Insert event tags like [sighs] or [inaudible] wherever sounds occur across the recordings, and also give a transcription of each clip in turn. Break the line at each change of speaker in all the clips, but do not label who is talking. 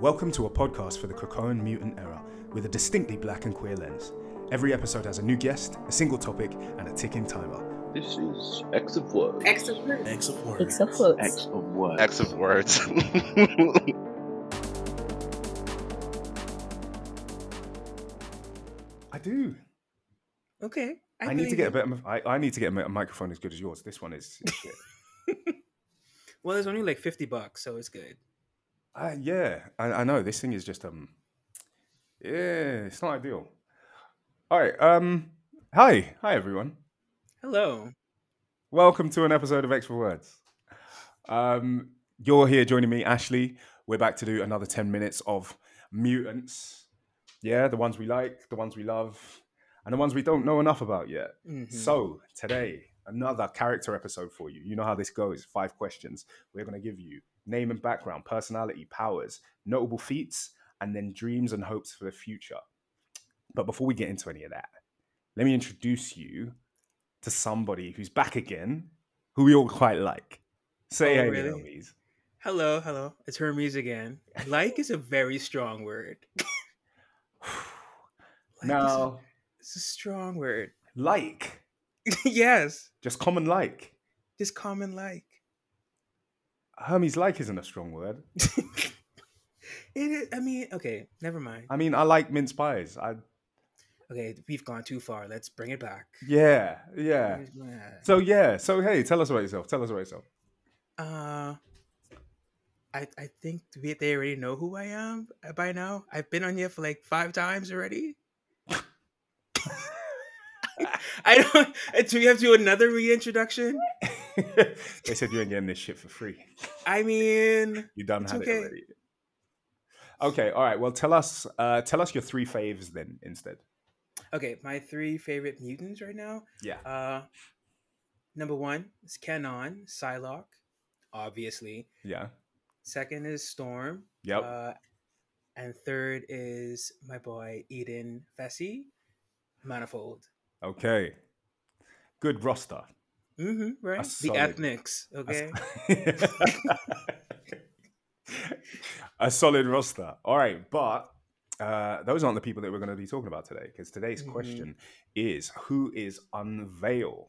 Welcome to a podcast for the Krakowan mutant era with a distinctly black and queer lens. Every episode has a new guest, a single topic, and a ticking timer.
This is X of Words.
X of Words.
X of Words.
X of Words.
X of Words.
X of words.
I do.
Okay.
I, need to get a bit. Of, I, I need to get a, mi- a microphone as good as yours. This one is. is shit.
Well, it's only like 50 bucks, so it's good.
uh, yeah, I, I know. This thing is just um. Yeah, it's not ideal. All right. Um. Hi, hi everyone.
Hello.
Welcome to an episode of Extra Words. Um, you're here joining me, Ashley. We're back to do another 10 minutes of mutants. Yeah, the ones we like, the ones we love, and the ones we don't know enough about yet.
Mhm.
So, today, another character episode for you. You know how this goes five questions. We're going to give you name and background, personality, powers, notable feats, and then dreams and hopes for the future. But before we get into any of that, let me introduce you to somebody who's back again who we all quite like. Say
Oh,
hey, [sighs]
really?
Hermes.
hello, hello. It's
[laughs]
Hermes again. Like is a very strong word. Like is a-
now,
it's a strong word. [laughs]
like,
yes.
just common like.
Just common like. [laughs]
Hermes like isn't a strong word.
it is, I mean, okay, never mind.
I mean, I like mince pies. I
Okay, we've gone too far. Let's bring it back.
yeah, yeah. So yeah, so hey, tell us about yourself. Tell us about yourself. [laughs]
Uh, I I think we, they already know who I am uh, by now. I've been on here for like five times already. [laughs] I don't. uh, Do we have to do another reintroduction?
they said you ain't getting this shit for free.
I mean,
You done
It's
had
okay.
it already. Okay, all right. Well, tell us, uh, tell us your three faves then instead.
okay. My three favorite mutants right now.
Yeah.
Uh, number one is Canon Psylocke, obviously.
Yeah.
Second is Storm.
Yep.
Uh, and third is my boy Eden Fessy, Manifold.
okay. Good roster.
Mm-hmm, right?
That's
the
solid.
ethnics, okay?
[laughs] a solid roster. All right, but uh, those aren't the people that we're going to be talking about today because today's
Mhm.
question is who is Unveil?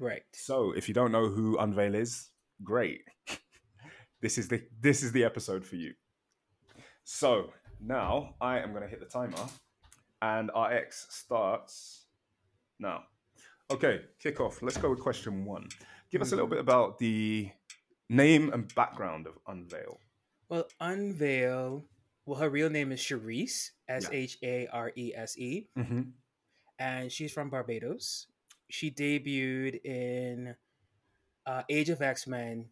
right.
So, if you don't know who Unveil is, great. [laughs] this is the this is the episode for you. So now I am going to hit the timer, and our X starts now. Okay, kick off. Let's go with question one. Give us a little bit about the name and background of Unveil.
Well, Unveil, well, her real name is Charisse, S H A R E S E,
Mm-hmm.
and she's from Barbados. She debuted in uh, Age of X Men,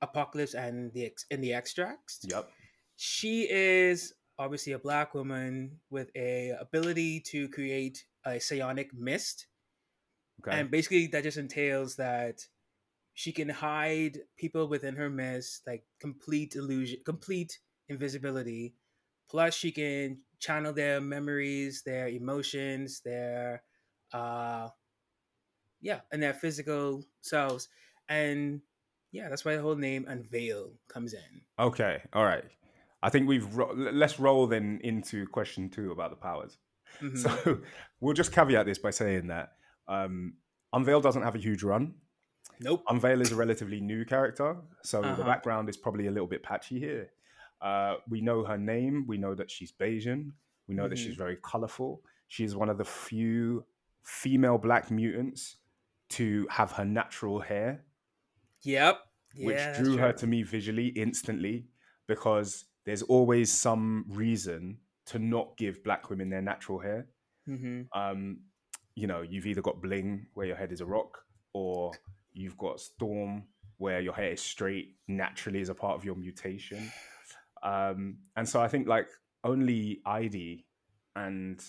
Apocalypse, and the Ex- in the Extracts.
Yep.
she is obviously a black woman with a ability to create a psionic mist
Okay.
and basically that just entails that she can hide people within her mist like complete illusion complete invisibility plus she can channel their memories their emotions their uh yeah and their physical selves and yeah that's why the whole name unveil comes in
okay. All right. I think we've ro- l- let's roll then into question two about the powers.
Mhm.
So [laughs] we'll just caveat this by saying that um, Unveil doesn't have a huge run.
nope
Unveil is a relatively new character, so the
Uh-huh.
background is probably a little bit patchy here. Uh, we know her name. We know that she's Bayesian. We know that
Mhm.
she's very colorful. She is one of the few female black mutants to have her natural hair,
Yep.
which
Yeah, that's
drew her
true.
to me visually instantly because there's always some reason to not give black women their natural hair.
Mhm.
um, you know, you've either got bling where your head is a rock, or you've got storm where your hair is straight naturally as a part of your mutation. Um, and so I think like only ID and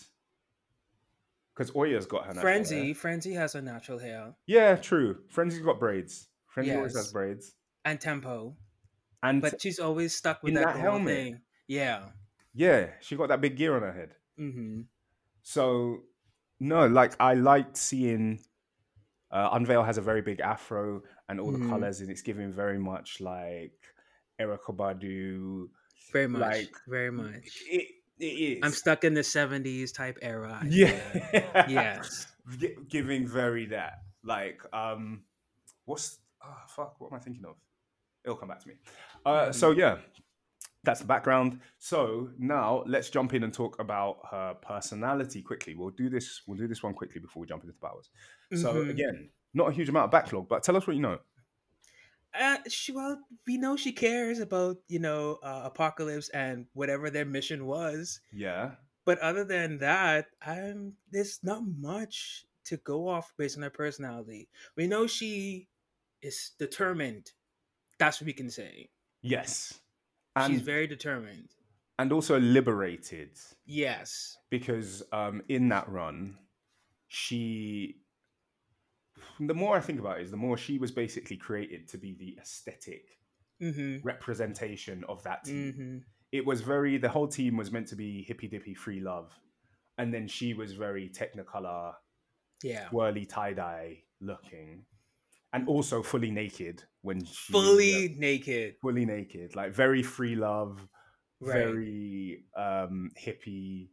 because Oya's got her natural hair.
Frenzy. Frenzy has her natural hair
Yeah, true. Frenzy's got braids. Frenzy always
Yes.
has braids.
and tempo,
And
but she's always stuck with
in
that,
that
gold
helmet.
thing. Yeah.
yeah, she got that big gear on her head.
hmm
So no, like I liked seeing uh, Unveil has a very big afro and all the
Mhm.
colors, and it's giving very much like Erica Badu,
Very much.
Like,
very much.
It, it is.
I'm stuck in the 70s type era. I feel.
yeah.
yes.
Gi- giving very that. Like, um, what's oh, fuck? What am I thinking of? It'll come back to me.
Mm-hmm.
Uh, so yeah, that's the background. So now let's jump in and talk about her personality quickly. We'll do this. We'll do this one quickly before we jump into the powers. So
Mhm.
again, not a huge amount of backlog, but tell us what you know.
Uh, she, well, we know she cares about, you know, uh, Apocalypse and whatever their mission was.
Yeah.
But other than that, I'm there's not much to go off based on her personality. We know she is determined. That's what we can say.
Yes. And
She's very determined.
and also liberated
Yes.
because um, in that run, she. The more I think about it, is the more she was basically created to be the aesthetic
Mm-hmm.
representation of that team.
Mm-hmm.
It was very the whole team was meant to be hippy dippy free love, and then she was very technicolor,
Yeah.
twirly tie dye looking, and also fully naked when she
Fully naked.
fully naked, like very free love,
Right.
very um hippie.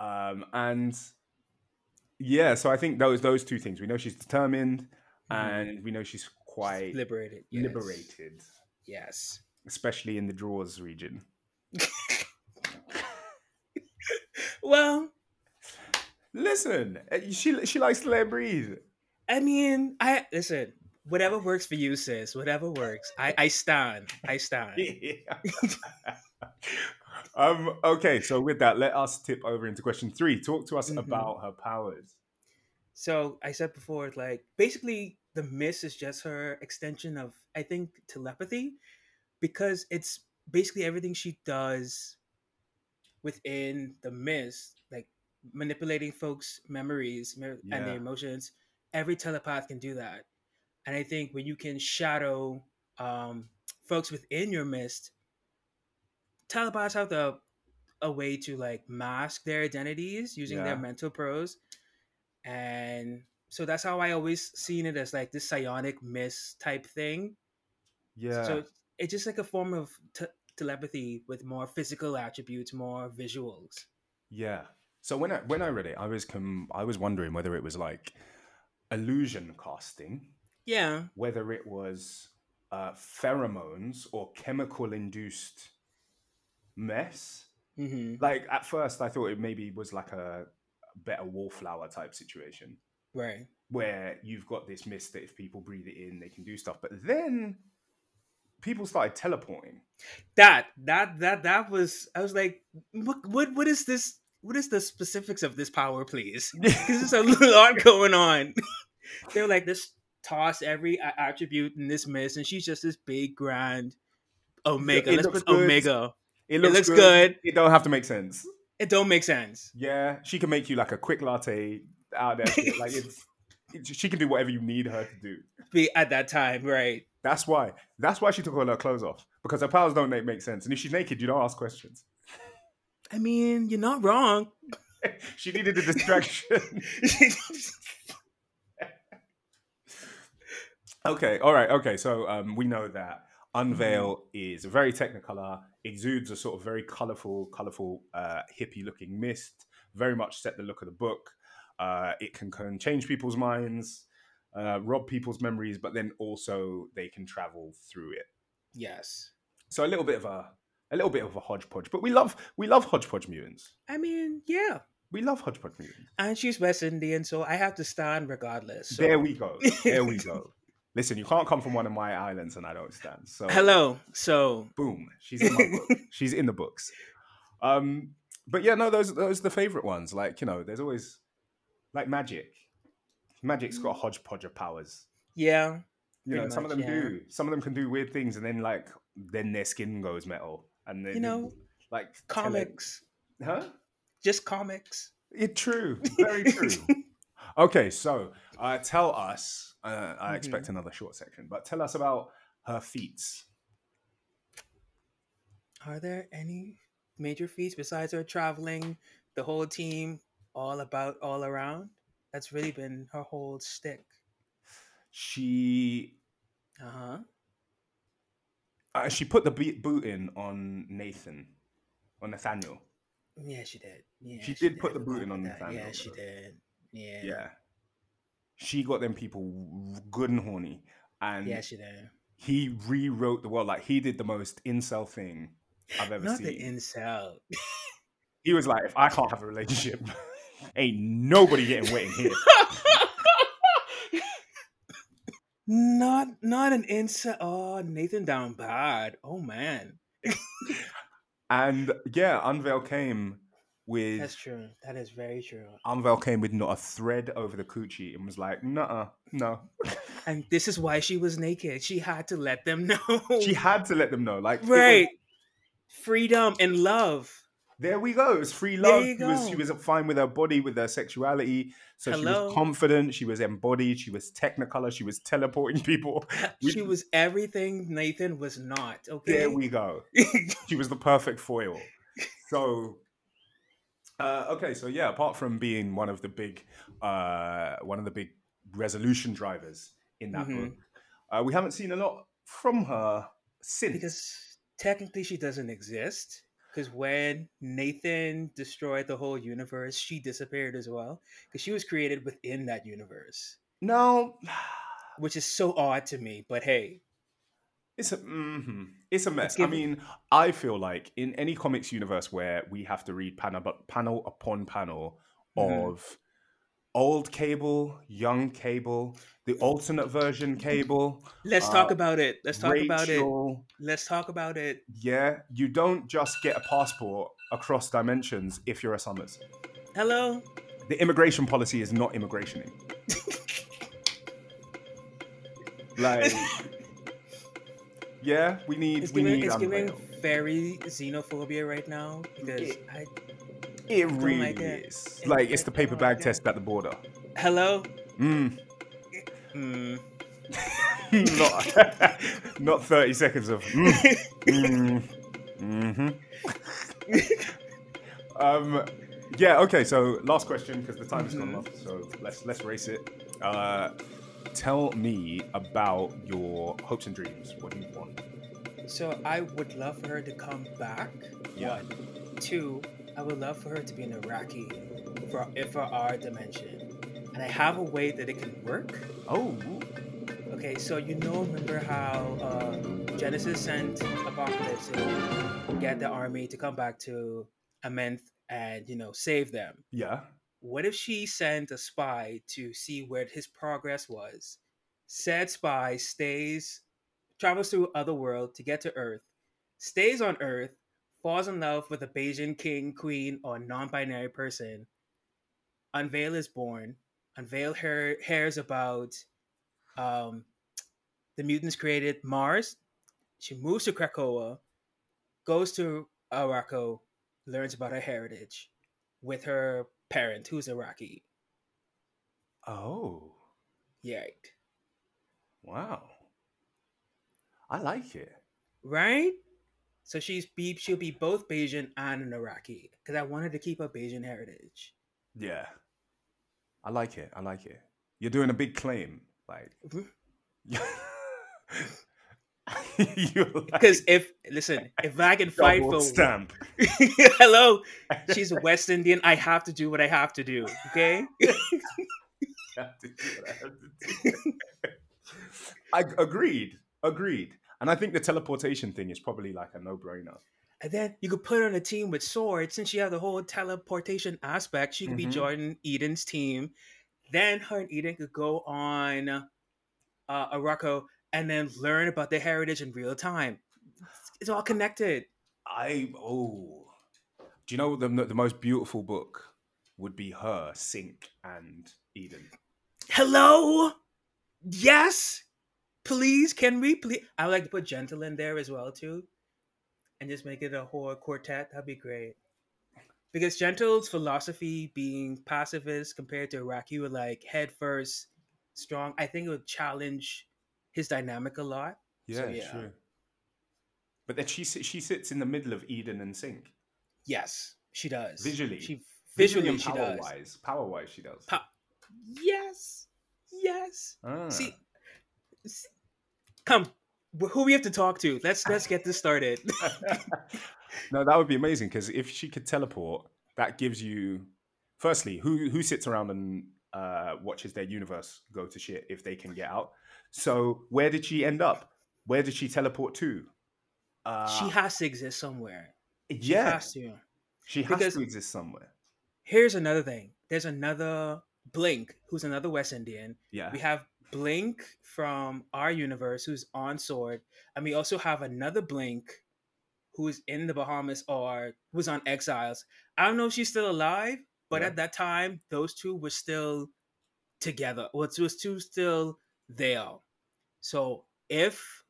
Um and yeah, so I think those those two things. We know she's determined
Mhm.
and we know she's
She's
quite
liberated. yes.
liberated,
Yes.
especially in the drawers region.
Well,
Listen, eh, she she likes to let it
[laughs]
breathe.
I mean, I listen. Whatever works for you, sis. Whatever works. I I stand. I stand.
um okay, so with that, let us tip over into question 3. Talk to us
Mhm.
about her powers.
So I said before, like basically the miss is just her extension of I think telepathy, because it's basically everything she does within the mist, like manipulating folks' memories mer- and
Yeah.
their emotions. Every telepath can do that, and I think when you can shadow um, folks within your mist, telepaths have the a way to like mask their identities using their
Yeah.
mental pros and so that's how I always seen it as like this psionic mist type thing.
Yeah.
So it's just like a form of t- telepathy with more physical attributes, more visuals.
Yeah. So when I when I read it, I was com- I was wondering whether it was like illusion casting,
Yeah,
whether it was uh, pheromones or chemical induced mess.
hmm
Like at first, I thought it maybe was like a better wallflower type situation
right.
where you've got this mist that if people breathe it in, they can do stuff. But then people started teleporting.
That that that that was. I was like, what what what is this? What is the specifics of this
[laughs]
power, please? Because there's a lot going on. [laughs] they were like, this toss every a- attribute in this mist, and she's just this big grand omega.
it
Let's
looks
put
good.
omega.
It
It looks good.
It don't have to make sense.
It don't make sense.
Yeah, she can make you like a quick latte out there. like it's, it, she can do whatever you need her to do.
Be at that time, right?
That's why. That's why she took all her clothes off because her powers don't make, make sense. And if she's naked, you don't ask questions. [laughs]
I mean, you're not wrong.
she needed a distraction. okay, all right, okay. So um, we know that Unveil is very technicolor, exudes a sort of very colorful, colorful uh, hippie-looking mist. Very much set the look of the book. Uh, it can, can change people's minds, uh, rob people's memories, but then also they can travel through it.
yes.
So a little bit of a a little bit of a hodgepodge, but we love we love hodgepodge mutants.
I mean, yeah.
We love hodgepodge mutants.
And she's West Indian, so I have to stand regardless. So.
There we go. There we go. Listen, you can't come from one of my islands and I don't stand. So
Hello. So,
boom, she's in my
[laughs]
book. She's in the books. Um, but yeah, no, those those are the favorite ones. Like you know, there's always like magic. Magic's got a hodgepodge of powers.
yeah.
You know,
Mm. Pretty
some of them
much, yeah.
do. Some of them can do weird things, and then like then their skin goes metal, and then
You know,
like tele-
Comics.
huh?
Just comics.
It
[laughs]
true, very true. okay, so uh, tell us. Uh,
Mm-hmm.
I expect another short section, but tell us about her feats.
Are there any major feats besides her traveling, the whole team, all about, all around? That's really been her whole stick.
She
Uh-huh. Uh huh.
Uh, she put the beat boot in on Nathan, on Nathaniel.
Yeah, she did. Yeah,
She did put the boot in on
that.
Nathaniel,
Yeah, she
though.
did. Yeah.
Yeah. She got them people good and horny. And
Yeah, she did.
he rewrote the world. Like, he did the most incel thing I've ever
Not
seen. [laughs]
the incel.
he was like, if I can't have a relationship, [laughs] ain't nobody getting wet in here.
[laughs] not not an incel. Oh, Nathan down bad. Oh man,
And yeah, Unveil came with
that's true. That is very true.
Unveil came with not a thread over the coochie and was like, nah, no.
And this is why she was naked. She had to let them [laughs] know.
She had to let them know. Like, it was-
right. Freedom and love.
[laughs] there we go. It was free
There
love.
you
She was, she
go.
was fine with her body, with her sexuality. So she
Hello.
was confident. She was embodied. She was technicolor. She was teleporting [laughs] people. We-
She was everything Nathan was not. Okay.
There we go. She was the perfect foil. So, uh, okay, so yeah, apart from being one of the big, uh, one of the big resolution drivers in that
Mhm.
book, uh, we haven't seen a lot from her since.
[laughs] because technically she doesn't exist. Because when Nathan destroyed the whole universe, she disappeared as well. Because she was created within that universe,
no,
which is so odd to me. But hey,
it's a mhm. it's a mess. I
give-
mean, I feel like in any comics universe where we have to read panel bu- panel upon panel
Mhm.
of old Cable, young Cable, the alternate version Cable.
let's
Uh,
talk about it. Let's talk about it.
Rachel,
Let's talk about it.
Yeah, you don't just get a passport across dimensions if you're a Summers.
Hello.
The immigration policy is not
[laughs]
immigrationing. like, yeah, we need
It's
we
giving,
need
it's giving
unveil.
very xenophobia right now because
Yeah.
I
It
don't
really
like it.
is.
It's
like it's the
like,
paper
oh,
bag
yeah.
test at the [laughs] border.
hello.
Mm. [laughs]
Mm.
not [laughs] not thirty seconds of. mm. Mm-hmm. [laughs] um, yeah. Okay. So last question because the time has gone off. So let's let's race it. Uh, tell me about your hopes and dreams. What do you want?
So I would love for her to come back.
Yeah.
One. Two, I would love for her to be an Iraqi for for our dimension. And I have a way that it can work.
Oh.
Okay, so you know remember how uh, Genesis sent Apocalypse to get the army to come back to Amenth and you know save them.
Yeah.
What if she sent a spy to see where his progress was? Said spy stays, travels through Otherworld to get to Earth, stays on Earth, falls in love with a Bayesian king, queen, or non binary person. Unveil is born. Unveil her hears about um, the mutants created Mars. She moves to Krakoa, goes to Araco, learns about her heritage with her parent, who's Iraqi.
Oh.
Yeah.
Wow. I like it.
Right? So she's be she'll be both Bayesian and an Iraqi. Because I wanted to keep her Bayesian heritage.
Yeah. I like it. I like it. You're doing a big claim. Like. [laughs]
Mhm.
You're like
Because if listen, if I can fight
double
for
stamp.
[laughs] hello, she's a West Indian. I have to do what I have to do. Okay?
have to do what I have to do. [laughs] I- agreed, agreed, and I think the teleportation thing is probably like a no-brainer.
And then you could put her on a team with Sword since she had the whole teleportation aspect. She could
Mhm.
be Jordan Eden's team. Then her and Eden could go on uh, Araco and then learn about their heritage in real time. It's, it's all connected.
I oh, do you know the the most beautiful book would be her Sink and Eden.
Hello? Yes? Please, can we please? I would like to put Gentle in there as well, too. And just make it a whole quartet. That'd be great. Because Gentle's philosophy being pacifist compared to Iraqi were like head first, strong. I think it would challenge his dynamic a lot. So, yeah.
true. But then she si- she sits in the middle of Eden and Sink.
Yes, she does.
Visually.
She
Visually,
visually,
and
she
power
does.
wise, power wise, she does.
Pa- yes. Yes.
Ah.
[laughs] See, s- come, who we have to talk to. Let's let's get this started.
[laughs] no, that would be amazing because if she could teleport, that gives you. Firstly, who who sits around and uh, watches their universe go to shit if they can get out? So where did she end up? Where did she teleport to? Uh,
she has to exist somewhere. She
yeah,
has to.
she has
because-
to exist somewhere.
Here's another thing. There's another Blink, who's another West Indian.
Yeah,
We have Blink from our universe, who's on Sword, and we also have another Blink, who is in the Bahamas or was on Exiles. I don't know if she's still alive, but
Yeah.
at that time, those two were still together. Well, it was two still there. So if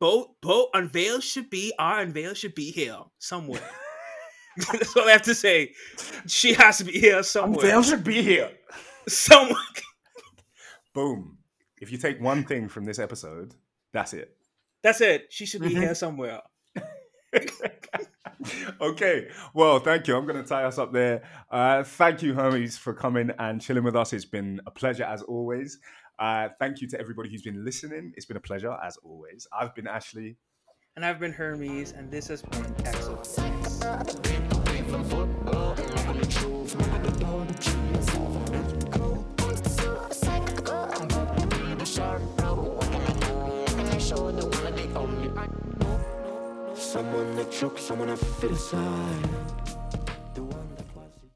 both both unveil should be our unveil should be here
[laughs]
somewhere. That's all I have to say. She has to be here somewhere.
Unveil should be here.
somewhere.
Boom. If you take one thing from this episode, that's it.
That's it. She should be
Mhm.
here somewhere.
[laughs] okay. Well, thank you. I'm going to tie us up there. Uh, thank you, Hermes, for coming and chilling with us. It's been a pleasure as always. Uh, thank you to everybody who's been listening. It's been a pleasure as always. I've been Ashley.
And I've been Hermes, and this has been Excellent.
Someone that chokes, someone I feel inside.